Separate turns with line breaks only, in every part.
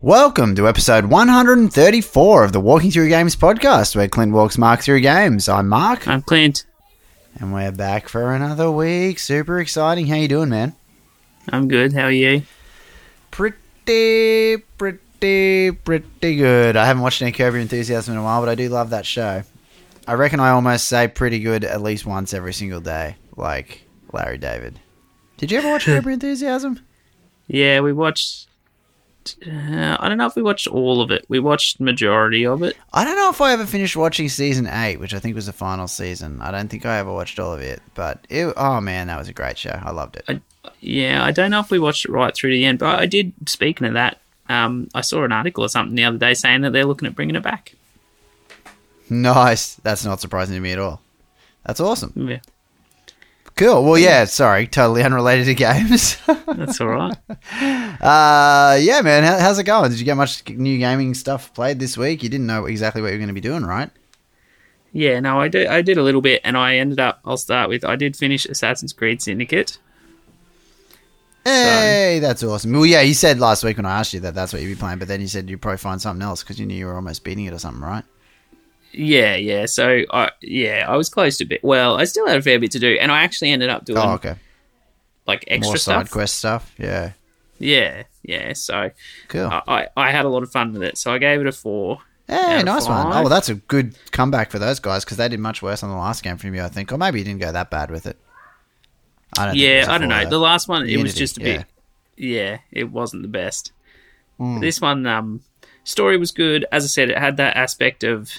Welcome to episode 134 of the Walking Through Games podcast, where Clint walks Mark through games. I'm Mark,
I'm Clint.
and we're back for another week. Super exciting. How you doing, man?
I'm good. How are you?
Pretty, pretty, pretty good. I haven't watched any Curb Your Enthusiasm in a while, but I do love that show. I reckon I almost say pretty good at least once every single day, like Larry David. Did you ever watch Curb Your Enthusiasm?
Yeah, we watched. Uh, I don't know if we watched all of it. We watched majority of it.
I don't know if I ever finished watching season eight, which I think was the final season. I don't think I ever watched all of it, but it, oh man, that was a great show. I loved it.
I, yeah, I don't know if we watched it right through to the end. But I did. Speaking of that, um, I saw an article or something the other day saying that they're looking at bringing it back.
Nice. That's not surprising to me at all. That's awesome.
Yeah,
Cool. Well, yeah. Sorry, totally unrelated to games.
that's all right.
uh, yeah, man. How, how's it going? Did you get much new gaming stuff played this week? You didn't know exactly what you were going to be doing, right?
Yeah, no, I did. I did a little bit, and I ended up. I'll start with. I did finish Assassin's Creed Syndicate.
Hey, that's awesome. Well, yeah, you said last week when I asked you that that's what you'd be playing, but then you said you'd probably find something else because you knew you were almost beating it or something, right?
Yeah, yeah. So, I yeah, I was close to bit. Well, I still had a fair bit to do, and I actually ended up doing
Oh, okay.
like extra
More
stuff.
side quest stuff. Yeah.
Yeah, yeah. So,
Cool.
I, I I had a lot of fun with it, so I gave it a four. out
Hey,
of
nice one. Oh,
five.
well, that's a good comeback for those guys because they did much worse on the last game from you, I think. Or maybe you didn't go that bad with it. I don't think it
yeah,
was a
I don't
four,
know.
though.
The last one, it was
Unity,
just a
yeah. Hmm.
bit. Yeah, it wasn't the best. This one, um, story was good. As I said, it had that aspect of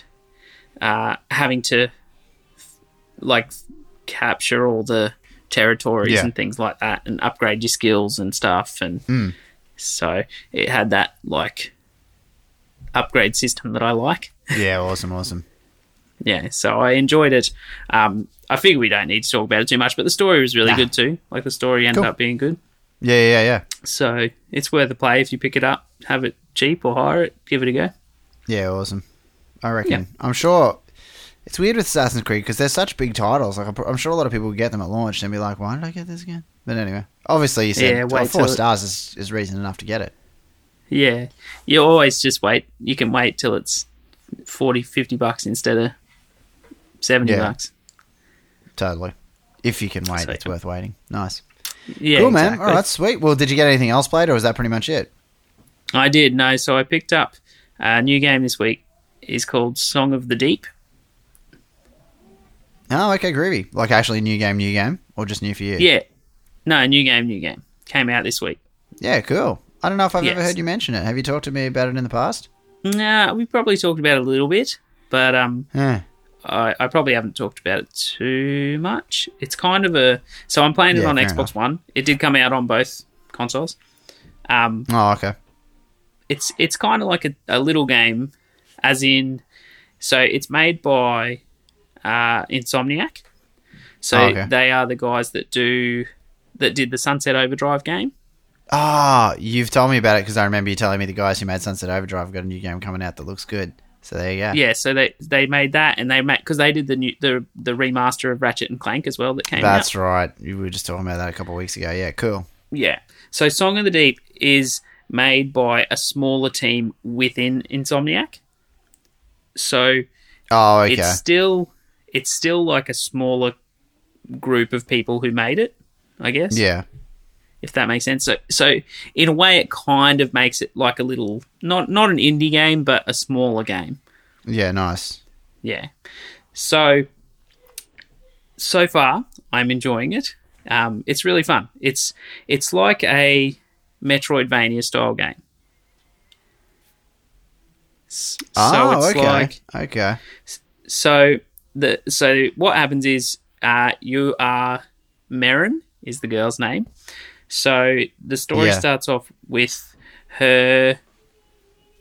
uh, having to like capture all the territories
Yeah.
and things like that, and upgrade your skills and stuff, and
Hmm.
so it had that like upgrade system that I like.
yeah, awesome, awesome.
yeah, so I enjoyed it. Um, I figure we don't need to talk about it too much, but the story was really good too. Like the story ended
Cool.
up being good,
Yeah, yeah, yeah.
so it's worth a play if you pick it up, have it cheap or hire it, give it a go.
Yeah, awesome. I reckon. I'm sure. It's weird with Assassin's Creed because they're such big titles. Like I'm pr- I'm sure a lot of people get them at launch and be like, "Why did I get this again?" But anyway, obviously you said
Yeah,
oh,
wait
four
till it-
stars is, is reason enough to get it.
Yeah, you always just wait. You can wait till it's 40, 50 bucks instead of seventy
Yeah.
bucks.
Totally. If you can wait,
So-
it's worth waiting. Nice.
Yeah,
cool, man.
exactly.
All right, sweet. Well, did you get anything else played, or was that pretty much it?
I did no, so I picked up a new game this week. is called Song of the Deep.
Oh, okay, groovy. Like actually, new game, new game, or just new for you?
Yeah, no, new game, new game came out this week.
Yeah, cool. I don't know if I've ever
Yes.
heard you mention it. Have you talked to me about it in the past?
Nah, we probably talked about it a little bit, but um,
Yeah.
I, I probably haven't talked about it too much. It's kind of a so I'm playing it
Yeah,
on
fair
Xbox
enough.
One. It did come out on both consoles. Um,
Oh, okay.
it's it's kind of like a, a little game, as in, so it's made by uh, Insomniac. So
Oh, okay.
they are the guys that do that did the Sunset Overdrive game.
Ah, you've told me about it because I remember you telling me the guys who made Sunset Overdrive got a new game coming out that looks good. So there you go.
Yeah, so they they made that and they made because they did the new the the remaster of Ratchet and Clank as well that came out.
That's right. You were just talking about that a couple of weeks ago. Yeah, cool.
Yeah. So Song of the Deep is made by a smaller team within Insomniac. So
Oh, okay.
it's still it's still like a smaller group of people who made it, I guess.
Yeah.
If that makes sense. So so in a way it kind of makes it like a little not not an indie game but a smaller game.
Yeah, nice.
Yeah. So so far I'm enjoying it. Um, it's really fun. It's it's like a Metroidvania style game. S- So
oh,
it's
okay.
like
okay.
so the so what happens is uh, you are Merrin is the girl's name. So the story
Yeah.
starts off with her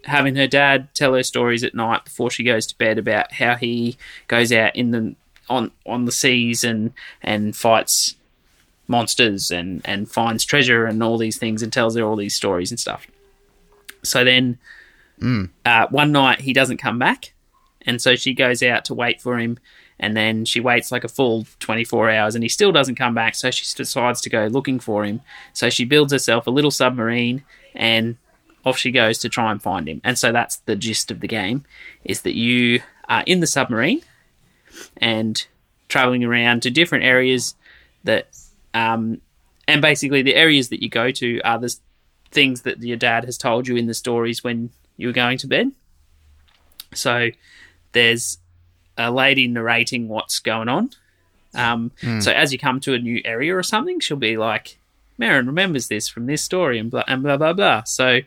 having her dad tell her stories at night before she goes to bed about how he goes out in the on on the seas and and fights monsters and and finds treasure and all these things and tells her all these stories and stuff. So then uh, one night he doesn't come back and so she goes out to wait for him and then she waits like a full 24 hours and he still doesn't come back so she decides to go looking for him so she builds herself a little submarine and off she goes to try and find him. And so that's the gist of the game is that you are in the submarine and traveling around to different areas that um, and basically the areas that you go to are the s- things that your dad has told you in the stories when you were going to bed. So there's a lady narrating what's going on. Um,
Hmm.
So as you come to a new area or something, she'll be like, "Marin remembers this from this story," and blah and blah blah blah. So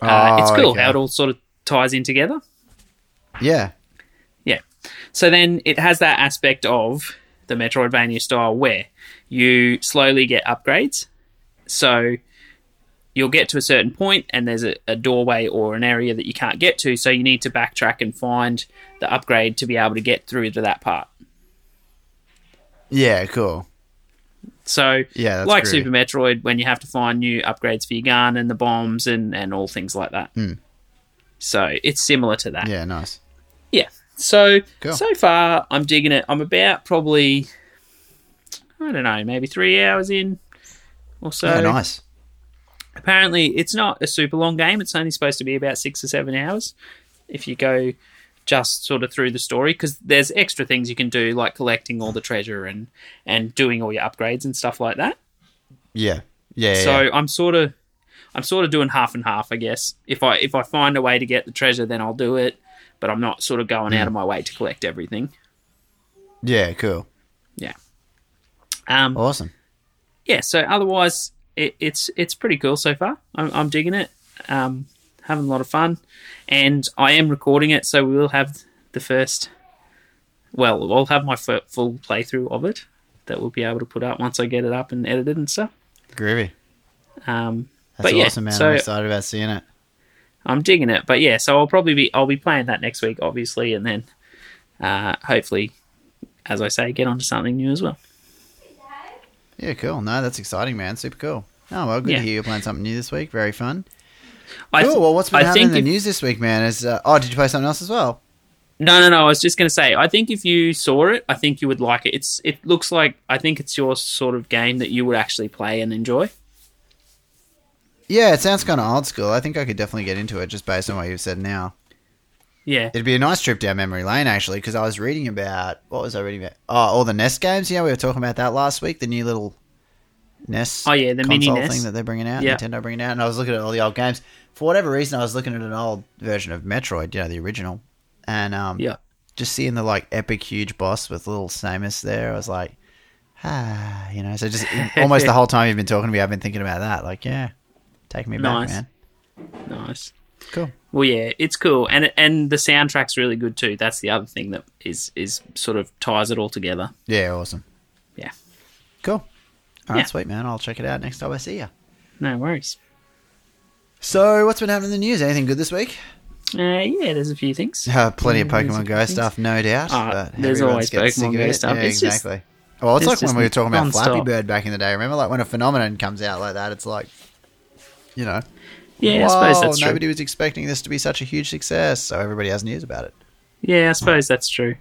uh,
Oh,
it's cool
okay.
how it all sort of ties in together.
Yeah.
Yeah. So then it has that aspect of the Metroidvania style where you slowly get upgrades. So you'll get to a certain point and there's a, a doorway or an area that you can't get to. So you need to backtrack and find the upgrade to be able to get through to that part.
Yeah, cool.
So
Yeah, that's
like
groovy.
Super Metroid, when you have to find new upgrades for your gun and the bombs and, and all things like that. So it's similar to that.
Hmm. Yeah, nice.
Yeah. So
Cool.
so far, I'm digging it. I'm about probably, I don't know, maybe three hours in or so.
Yeah, Oh, nice.
Apparently, it's not a super long game. It's only supposed to be about six or seven hours if you go just sort of through the story because there's extra things you can do like collecting all the treasure and and doing all your upgrades and stuff like that.
Yeah. Yeah. yeah,
So
yeah.
I'm sort of I'm sort of doing half and half, I guess. If I if I find a way to get the treasure, then I'll do it. But I'm not sort of going out of my way to collect everything.
Yeah, cool.
Um,
Awesome.
yeah. So otherwise, it, it's it's pretty cool so far. I'm, I'm digging it. Um, having a lot of fun, and I am recording it, so we will have the first. Well, I'll have my f- full playthrough of it that we'll be able to put up once I get it up and edited and stuff.
Groovy.
Um,
That's
but yeah,
awesome, man.
so
I'm excited about seeing it.
I'm digging it. But yeah, so I'll probably be I'll be playing that next week, obviously, and then uh, hopefully, as I say, get onto something new as well.
Yeah, cool. No, that's exciting, man. Super cool. Oh well, good
Yeah.
to hear you're playing something new this week. Very fun.
I th-
Cool. Well, what's been
I
happening in
think
the
if-
news this week, man? Is uh, oh, did you play something else as well?
No, no, no. I was just going to say. I think if you saw it, I think you would like it. It's. It looks like. I think it's your sort of game that you would actually play and enjoy.
Yeah, it sounds kind of old school. I think I could definitely get into it just based on what you've said now.
Yeah.
It'd be a nice trip down memory lane, actually, because I was reading about what was I reading about? Oh, all the NES games. Yeah, we were talking about that last week. The new little NES.
Oh, yeah, the mini
console
NES.
thing that they're bringing out.
Yeah.
Nintendo bringing out, and I was looking at all the old games. For whatever reason, I was looking at an old version of Metroid, you know, the original, and um,
Yeah.
just seeing the like epic huge boss with little Samus there, I was like, ah, you know. So just almost the whole time you've been talking to me, I've been thinking about that. Like, yeah, take me
Nice.
back, man.
Nice.
Cool.
Well, yeah, it's cool, and and the soundtrack's really good too. That's the other thing that is is sort of ties it all together.
Yeah, awesome.
Yeah.
Cool. All right,
Yeah.
sweet man. I'll check it out next time I see you.
No worries.
So, what's been happening in the news? Anything good this week?
Uh, yeah, there's a few things.
Uh, plenty of
Yeah, there's a
Pokemon
few
Go
things.
stuff, no doubt.
Ah,
but
there's
everyone's
always
getting
Pokemon
sick of
Go
it.
stuff.
Yeah,
It's just-
exactly. well, it's,
it's
like when
just
we were talking about Flappy
nonstop.
Bird back in the day. Remember, like when a phenomenon comes out like that, it's like, you know,
Yeah, I suppose
"Whoa,
that's true.
nobody was expecting this to be such a huge success, so everybody has news about it.
Yeah, I suppose that's true.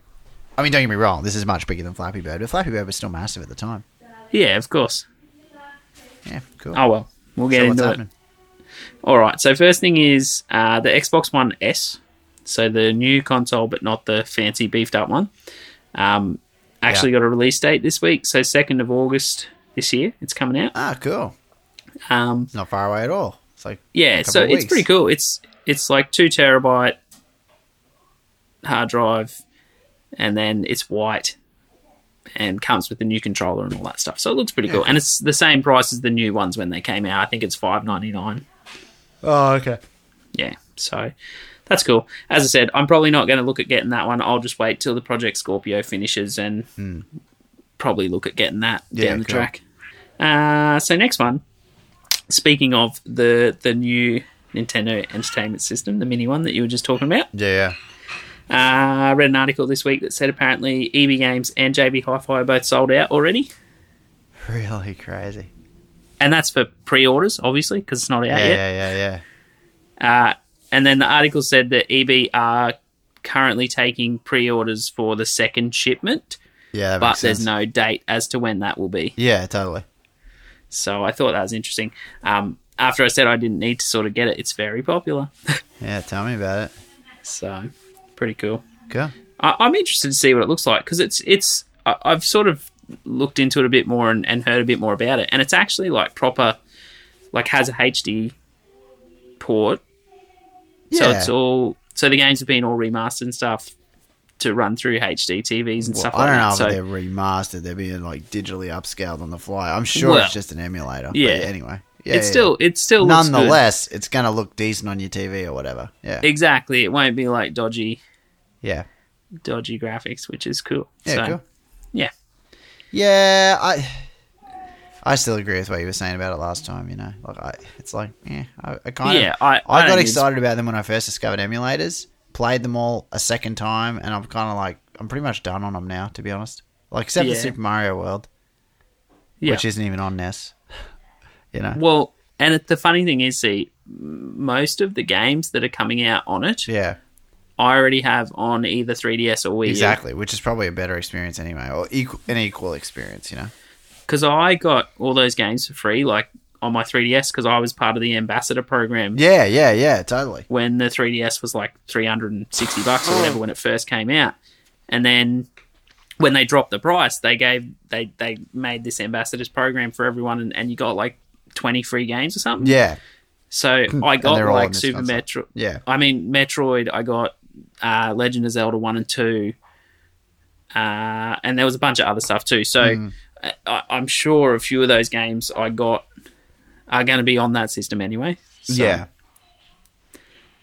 I mean, don't get me wrong. This is much bigger than Flappy Bird, but Flappy Bird was still massive at the time.
Yeah, of course.
Yeah, cool.
Oh well, we'll
so
get
what's
into it.
happening?
All right. So first thing is uh, the Xbox One S, so the new console, but not the fancy beefed up one. Um, actually got a release date this week, so second of August this year, it's coming out.
Ah, cool.
Um,
It's not far away at all. It's like
yeah,
Couple
so
of
it's
weeks.
pretty cool. It's it's like two terabyte hard drive, and then it's white, and comes with the new controller and all that stuff. So it looks pretty cool, and it's the same price as the new ones when they came out. I think it's five ninety nine.
oh, okay.
yeah, so that's cool. As I said, I'm probably not going to look at getting that one. I'll just wait till the Project Scorpio finishes and probably look at getting that
Hmm. Yeah,
down the
cool.
track. Uh, so next one. Speaking of the the new Nintendo Entertainment System, the mini one that you were just talking about,
Yeah, yeah.
uh, I read an article this week that said apparently EB Games and JB Hi-Fi are both sold out already,
Really crazy.
and that's for pre-orders, obviously, because it's not out
Yeah,
yet.
yeah, yeah, yeah.
Uh, and then the article said that EB are currently taking pre orders for the second shipment,
Yeah, that
but
makes
there's
sense.
no date as to when that will be.
Yeah, totally.
So I thought that was interesting. Um, after I said I didn't need to sort of get it, it's very popular.
Yeah, tell me about it.
so pretty cool.
Cool.
I, I'm interested to see what it looks like because it's it's I, I've sort of looked into it a bit more and, and heard a bit more about it, and it's actually like proper, like has a HD port, so
Yeah.
it's all so the games have been all remastered and stuff to run through HD TVs and
Well,
stuff
I
like
don't know
that.
if
So
they're remastered. They're being like digitally upscaled on the fly. I'm sure
Well,
it's just an emulator.
yeah.
Yeah. But anyway, yeah,
it's
yeah,
still it still
yeah.
looks good.
nonetheless, it's gonna look decent on your TV or whatever. Yeah,
exactly. It won't be like dodgy
yeah,
dodgy graphics, which is cool.
yeah.
so,
cool.
yeah.
Yeah, I, I still agree with what you were saying about it last time. You know, like I, it's like, yeah, I, I kind
Yeah,
of,
I- I don't
got
need-
excited about them when I first discovered emulators, played them all a second time, and I'm kind of like, I'm pretty much done on them now, to be honest. Like except
Yeah.
for Super Mario World,
Yeah.
which isn't even on NES. You know,
Well, and it, the funny thing is, see, m- most of the games that are coming out on it,
yeah,
I already have on either 3DS or Wii
exactly. Which is probably a better experience anyway, or equal, an equal experience. You know,
Because I got all those games for free, like on my 3DS, because I was part of the ambassador program
yeah, yeah, yeah, totally.
when the 3DS was like 360 bucks
Oh.
or whatever when it first came out. And then when they dropped the price, they gave they they made this ambassadors program for everyone, and, and you got like 20 free games or something.
Yeah,
So I got
they're all in
like
this
Super
console.
Metro.
yeah,
I mean, Metroid, I got uh, Legend of Zelda 1 and 2. Uh, and there was a bunch of other stuff too. So I, I- I'm sure a few of those games I got are going to be on that system anyway. So,
yeah.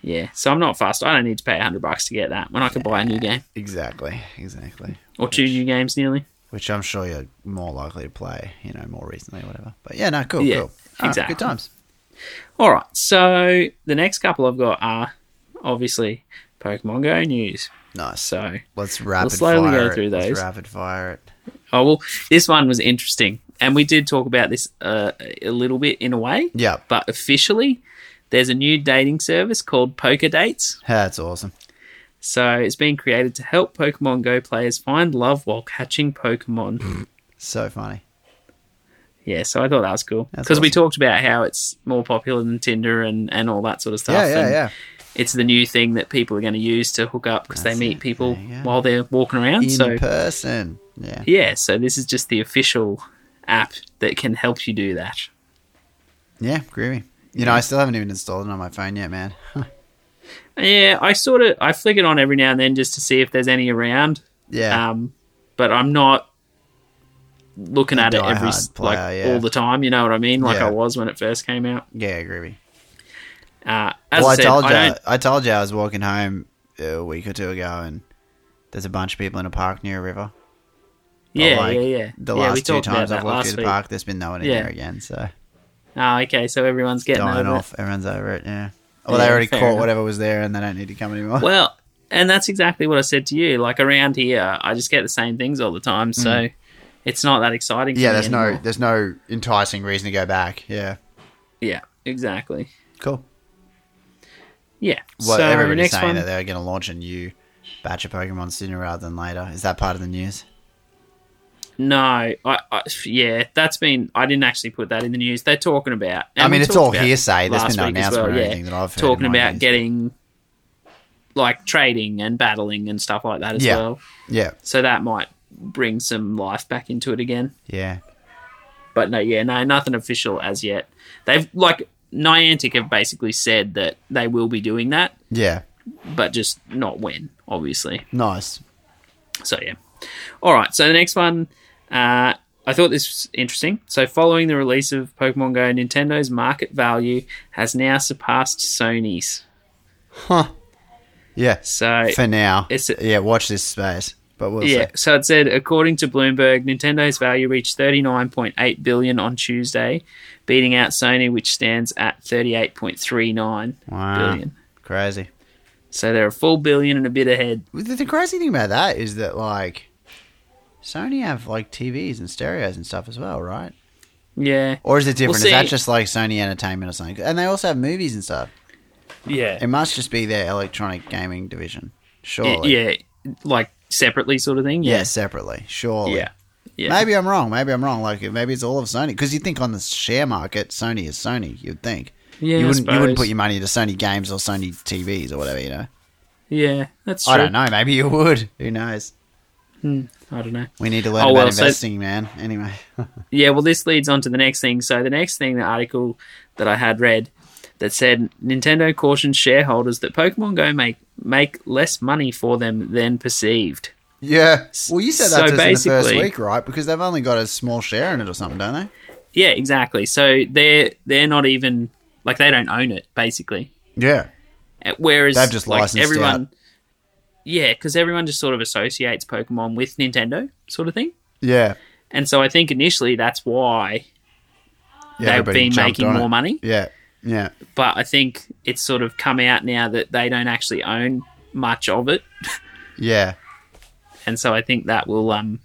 Yeah. So I'm not fast. I don't need to pay 100 bucks to get that when I could buy a new game
Exactly, exactly.
or two new games nearly.
which I'm sure you're more likely to play, you know, more recently or whatever. But yeah, no, cool,
Yeah,
cool. All right,
exactly.
good times.
All right. So the next couple I've got are obviously Pokemon Go news.
Nice.
So
let's rapid
slowly
fire
go
it.
through
Let's
those.
rapid fire it.
Oh well, this one was interesting, and we did talk about this uh, a little bit in a way.
Yeah.
but officially, there's a new dating service called Poker Dates.
That's awesome.
So it's been created to help Pokemon Go players find love while catching
Hmm.
Pokemon.
So funny.
yeah, so I thought that was cool
That's
because we
awesome.
talked about how it's more popular than Tinder and and all that sort of stuff.
Yeah, yeah,
and
yeah.
It's the new thing that people are going to use to hook up because they
That's
meet
it.
people
There you go.
while they're walking around.
In
so
person. Yeah.
yeah, so this is just the official app that can help you do that.
Yeah, groovy. You know, I still haven't even installed it on my phone yet, man.
Yeah, I sort of I flick it on every now and then just to see if there's any around.
yeah.
Um, but I'm not looking at it
diehard
every s-
player,
like
yeah.
all the time. You know what I mean? Like
Yeah.
I was when it first came out.
yeah, groovy.
Uh, as
Well,
I,
I,
said,
told
I
you, I,
don't.
told you I was walking home a week or two ago, and there's a bunch of people in a park near a river. But,
Yeah,
like,
yeah, yeah.
The
yeah, we
last two
talked about
times
that
I've walked
last
through the
week.
park, there's been no one in
Yeah.
here again. So
Ah, okay. So everyone's getting
dying
over it.
off. Everyone's over it. Yeah. Well,
Yeah,
they already
fair
caught
enough.
whatever was there, and they don't need to come anymore.
Well, and that's exactly what I said to you. Like around here, I just get the same things all the time. So it's not that exciting.
Mm. yeah,
for me
there's no
anymore.
there's no enticing reason to go back. Yeah,
Yeah, exactly.
cool.
Yeah.
Well,
so
everybody's
next
saying
one.
that they're going to launch a new batch of Pokemon sooner rather than later. Is that part of the news?
No, I, I yeah, that's been. I didn't actually put that in the news. They're talking about. and
I mean,
we
it's
talked
all
about
hearsay. There's
last
been no
week as
announcement
well,
or
yeah.
anything that I've heard.
Talking
in my
about
news.
getting like trading and battling and stuff like that as
Yeah.
well.
Yeah,
So that might bring some life back into it again.
yeah,
But no, yeah, no, nothing official as yet. They've like Niantic have basically said that they will be doing that,
yeah.
but just not when, obviously.
Nice.
So yeah. All right. So the next one, uh, I thought this was interesting. So following the release of Pokemon Go, Nintendo's market value has now surpassed Sony's.
Yeah.
So
For now,
It's a-
yeah. Watch this space. But we'll
yeah.
see.
So it said, according to Bloomberg, Nintendo's value reached 39.8 billion on Tuesday, beating out Sony, which stands at 38.39
Wow.
billion.
Crazy.
So they're a full billion and a bit ahead.
The, the crazy thing about that is that like Sony have like TVs and stereos and stuff as well, right?
Yeah.
Or is it different? is that
see.
just like Sony Entertainment or something? And they also have movies and stuff.
Yeah.
It must just be their electronic gaming division. Surely.
Yeah. Like separately, sort of thing.
Yeah,
Yeah.
separately. Surely.
Yeah. Yeah.
Maybe I'm wrong. Maybe I'm wrong. Like maybe it's all of Sony because you think on the share market, Sony is Sony. You'd think
Yeah,
you
I
wouldn't you wouldn't put
suppose.
your money into Sony games or Sony TVs or whatever. You know,
Yeah, that's true.
I don't know. Maybe you would. Who knows?
I don't know.
We need to learn
Oh,
about
well, so-
investing, man. Anyway,
Yeah, well, this leads on to the next thing. So, the next thing, the article that I had read that said Nintendo cautions shareholders that Pokemon Go make make less money for them than perceived.
yeah. Well, you said that to
So
us in the first
basically-
week, right? Because they've only got a small share in it or something, don't they?
Yeah, exactly. So they're they're not even like they don't own it basically.
Yeah.
Uh, Whereas
They've just
like
licensed it
everyone,
out.
yeah, because everyone just sort of associates Pokemon with Nintendo sort of thing.
Yeah.
And so I think initially that's why
yeah
they've
everybody
been
jumped
making
on it.
more money.
Yeah. Yeah.
but I think it's sort of come out now that they don't actually own much of it,
Yeah.
and so I think that will, um,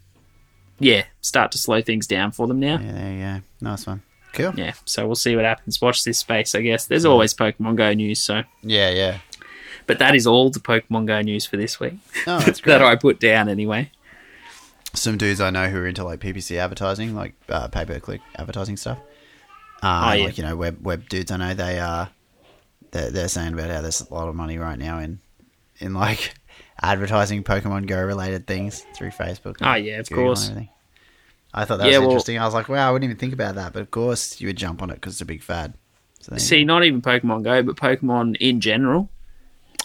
yeah, start to slow things down for them now. Yeah.
Yeah. There you go. Nice one. Cool.
so we'll see what happens. Watch this space, I guess. There's always Pokemon Go news, so
Yeah. Yeah.
but that is all the Pokemon Go news for this week
Oh, that's great.
that I put down anyway.
some dudes I know who are into like PPC advertising, like uh, pay per click advertising stuff. Uh,
Oh, yeah.
Like you know, web web dudes I know they are they're, they're saying about how there's a lot of money right now in in like advertising Pokemon Go related things through Facebook. and
Oh, yeah, of
Google and
course.
everything. I thought that
Yeah,
was
well-
interesting. I was like, wow, I wouldn't even think about that, but of course you would jump on it because it's a big fad. So there you
See,
go.
not even Pokemon Go, but Pokemon in general.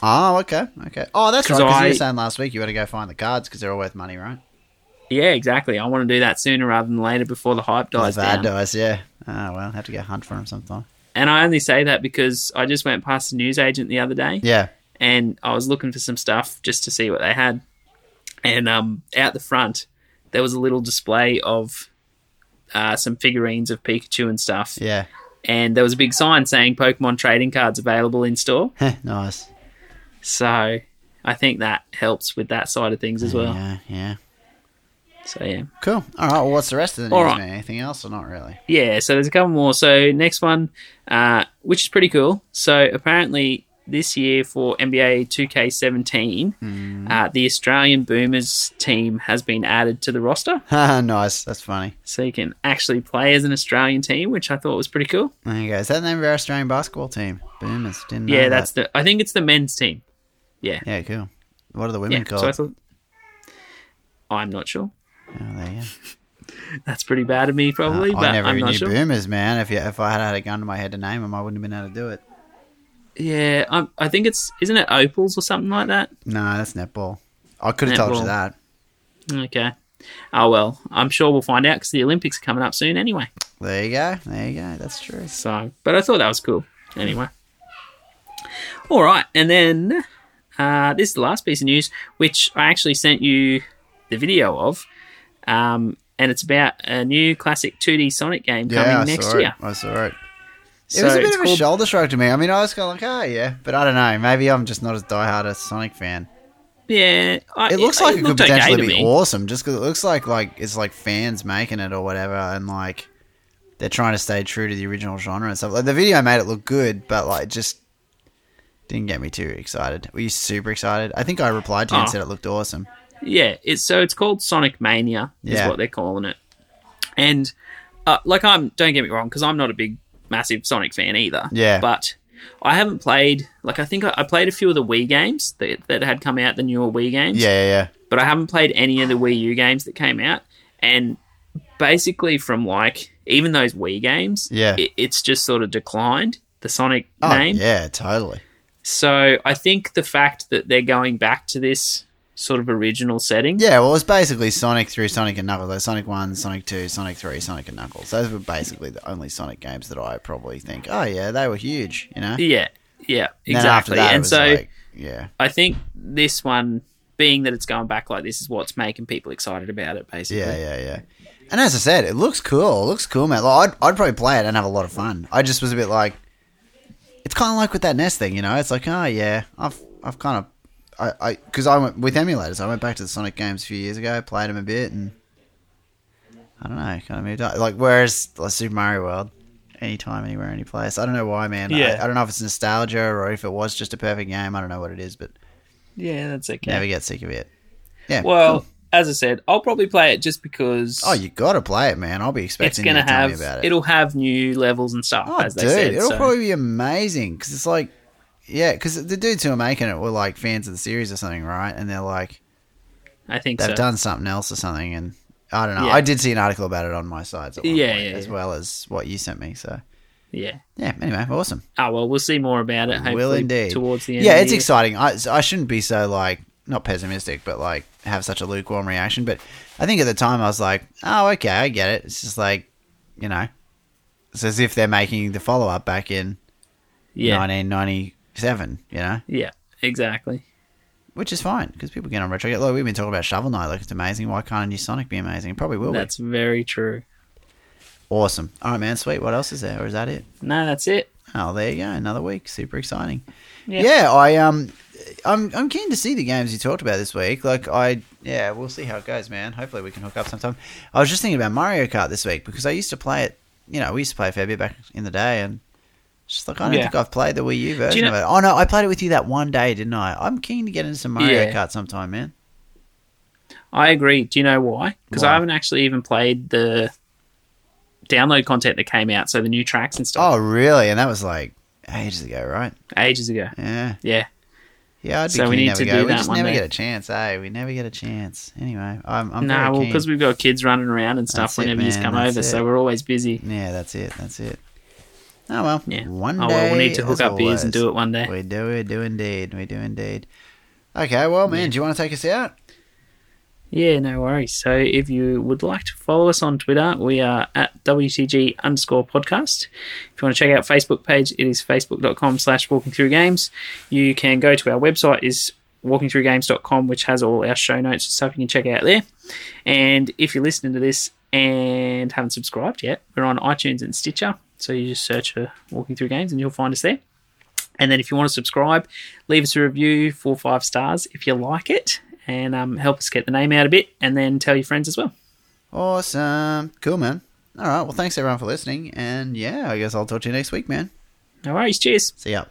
oh, okay, okay. Oh, that's right. Because
'Cause
you
I-
were saying last week you had to go find the cards because they're all worth money, right?
Yeah, exactly. I want to do that sooner rather than later before the hype dies
Those bad
down.
dice, yeah. Oh well, have to go hunt for them sometime.
And I only say that because I just went past the newsagent the other day.
Yeah.
and I was looking for some stuff just to see what they had. And um, out the front, there was a little display of uh, some figurines of Pikachu and stuff.
Yeah.
And there was a big sign saying Pokemon trading cards available in store.
Heh, nice.
So I think that helps with that side of things as well.
Yeah, yeah.
So yeah.
Cool. All right. Well, what's the rest of the news,
All right.
man? Anything else or not really?
Yeah, so there's a couple more. So next one, uh, which is pretty cool. So apparently this year for NBA 2K17, uh, the Australian Boomers team has been added to the roster.
Haha, nice. That's funny.
so you can actually play as an Australian team, which I thought was pretty cool.
There you go. Is that the name of our Australian basketball team? Boomers. Didn't know
yeah,
that.
that's the. I think it's the men's team. Yeah,
Yeah, cool. What are the women
yeah.
called?
So I thought, I'm not sure.
oh, there you go.
That's pretty bad of me, probably,
Uh,
but
I never
I'm
even
not
knew
sure.
boomers, man. If you, if I had had a gun to my head to name them, I wouldn't have been able to do it.
Yeah, I'm, I think it's isn't it opals or something like that.
No, that's netball. I could have told you
Netball.
that.
Okay. Oh well, I'm sure we'll find out because the Olympics are coming up soon anyway.
There you go. There you go. That's true.
So, but I thought that was cool anyway. All right, and then uh, this is the last piece of news, which I actually sent you the video of, um, and it's about a new classic 2D Sonic game
Yeah, I
coming next
saw
year.
it. I saw it. It
So
was a bit
it's
of a
called-
shoulder shrug to me. I mean, I was kind of like, oh, yeah. But I don't know. Maybe I'm just not as diehard a Sonic fan.
yeah, I,
it looks like it could
looked
potentially
okay to
be
me.
awesome just because it looks like like it's like fans making it or whatever and like they're trying to stay true to the original genre and stuff like the video made it look good but like just didn't get me too excited were you super excited i think i replied to you and
Oh.
said it looked awesome
Yeah, it's so it's called Sonic Mania is
Yeah.
what they're calling it, and uh, like I'm don't get me wrong because I'm not a big massive Sonic fan either.
Yeah.
but I haven't played like I think I, I played a few of the Wii games that that had come out the newer Wii games.
yeah yeah yeah
but I haven't played any of the Wii U games that came out, and basically from like even those Wii games,
Yeah.
it, it's just sort of declined the Sonic
oh
name.
yeah totally
So I think the fact that they're going back to this sort of original setting.
yeah well it's basically sonic through sonic and knuckles like sonic 1 sonic 2 sonic 3 sonic and knuckles those were basically the only sonic games that i probably think oh yeah they were huge you know
Yeah, yeah,
And then
E, exactly.
it
And
was
so
like, yeah
I think this one, being that it's going back like this, is what's making people excited about it. Basically,
Yeah, yeah, yeah. And as I said, it looks cool. It looks cool, man. Like, I'd, I'd probably play it and have a lot of fun. I just was a bit like, it's kind of like with that Nest thing, you know? It's like, oh yeah, I've I've kind of, I I because I went with emulators. I went back to the Sonic games a few years ago, played them a bit, and I don't know, kind of moved on. Like whereas like Super Mario World, anytime, anywhere, any place. I don't know why, man.
Yeah.
I, I don't know if it's nostalgia or if it was just a perfect game. I don't know what it is, but
yeah, that's okay.
never get sick of it. Yeah.
Well, as I said, I'll probably play it just because
Oh, you got to play it, man. I'll be
it's
expecting you
going to
to tell
have
me about it.
will have new levels and stuff.
Oh,
as they
dude,
said,
it'll
so-
probably be amazing because it's like, yeah, because the dudes who are making it were like fans of the series or something, right? And they're like,
I think
they've
so.
done something else or something, and I don't know.
Yeah.
I did see an article about it on my sides at one
Yeah,
point,
yeah,
as
yeah.
well as what you sent me. So
yeah.
yeah, anyway, awesome.
Oh well, we'll see more about it. Hopefully,
Will indeed
towards the end.
Yeah,
of
it's
the year.
exciting. I I shouldn't be so like not pessimistic, but like have such a lukewarm reaction. But I think at the time I was like, oh okay, I get it. It's just like, you know, it's as if they're making the follow up back in
Yeah,
1997. You know.
yeah, exactly.
Which is fine because people get on retro. Look, we've been talking about Shovel Knight. Like it's amazing. Why can't a new Sonic be amazing? It probably will
That's very true.
be. Awesome. All right, man. Sweet. What else is there, or is that it?
No, that's it.
Oh, there you go. Another week. Super exciting.
Yeah.
Yeah, I um, I'm I'm keen to see the games you talked about this week. Like I, yeah, we'll see how it goes, man. Hopefully we can hook up sometime. I was just thinking about Mario Kart this week because I used to play it. You know, we used to play a fair bit back in the day, and it's just like I don't
Yeah.
think I've played the Wii U version
know-
of it. Oh no, I played it with you that one day, didn't I? I'm keen to get into some Mario
Yeah.
Kart sometime, man.
I agree. Do you know why? Because I
Why?
haven't actually even played the download content that came out, so the new tracks and stuff
Oh really? And that was like ages ago, right?
ages ago.
Yeah.
Yeah,
Yeah, I'd be
So
keen
we
we
need
never
to
go.
do
we
that
just
one
never
day.
get a chance, eh? We never get a chance. Anyway, I'm, I'm
no,
very
well,
keen.
because we've got kids running around and stuff
That's it,
whenever you
man,
come
that's
over, so
it.
we're always busy.
Yeah, that's it. That's it. Oh well.
Yeah.
One
oh
day.
well, we'll need to hook
as
up beers and
always.
do it one day.
We do. We do indeed. We do indeed. Okay. Well, man, do you want to take us out?
Yeah, no worries. So if you would like to follow us on Twitter, we are at WTG underscore podcast. If you want to check out Facebook page, it is facebook.com slash walking through games. You can go to our website is walkingthroughgames.com, which has all our show notes and stuff you can check out there. And if you're listening to this and haven't subscribed yet, we're on iTunes and Stitcher. So you just search for Walking Through Games and you'll find us there. And then if you want to subscribe, leave us a review, four or five stars if you like it, and um, help us get the name out a bit, and then tell your friends as well.
Awesome. Cool, man. All right. Well, thanks everyone for listening, and yeah, I guess I'll talk to you next week, man.
No worries. Cheers.
See ya.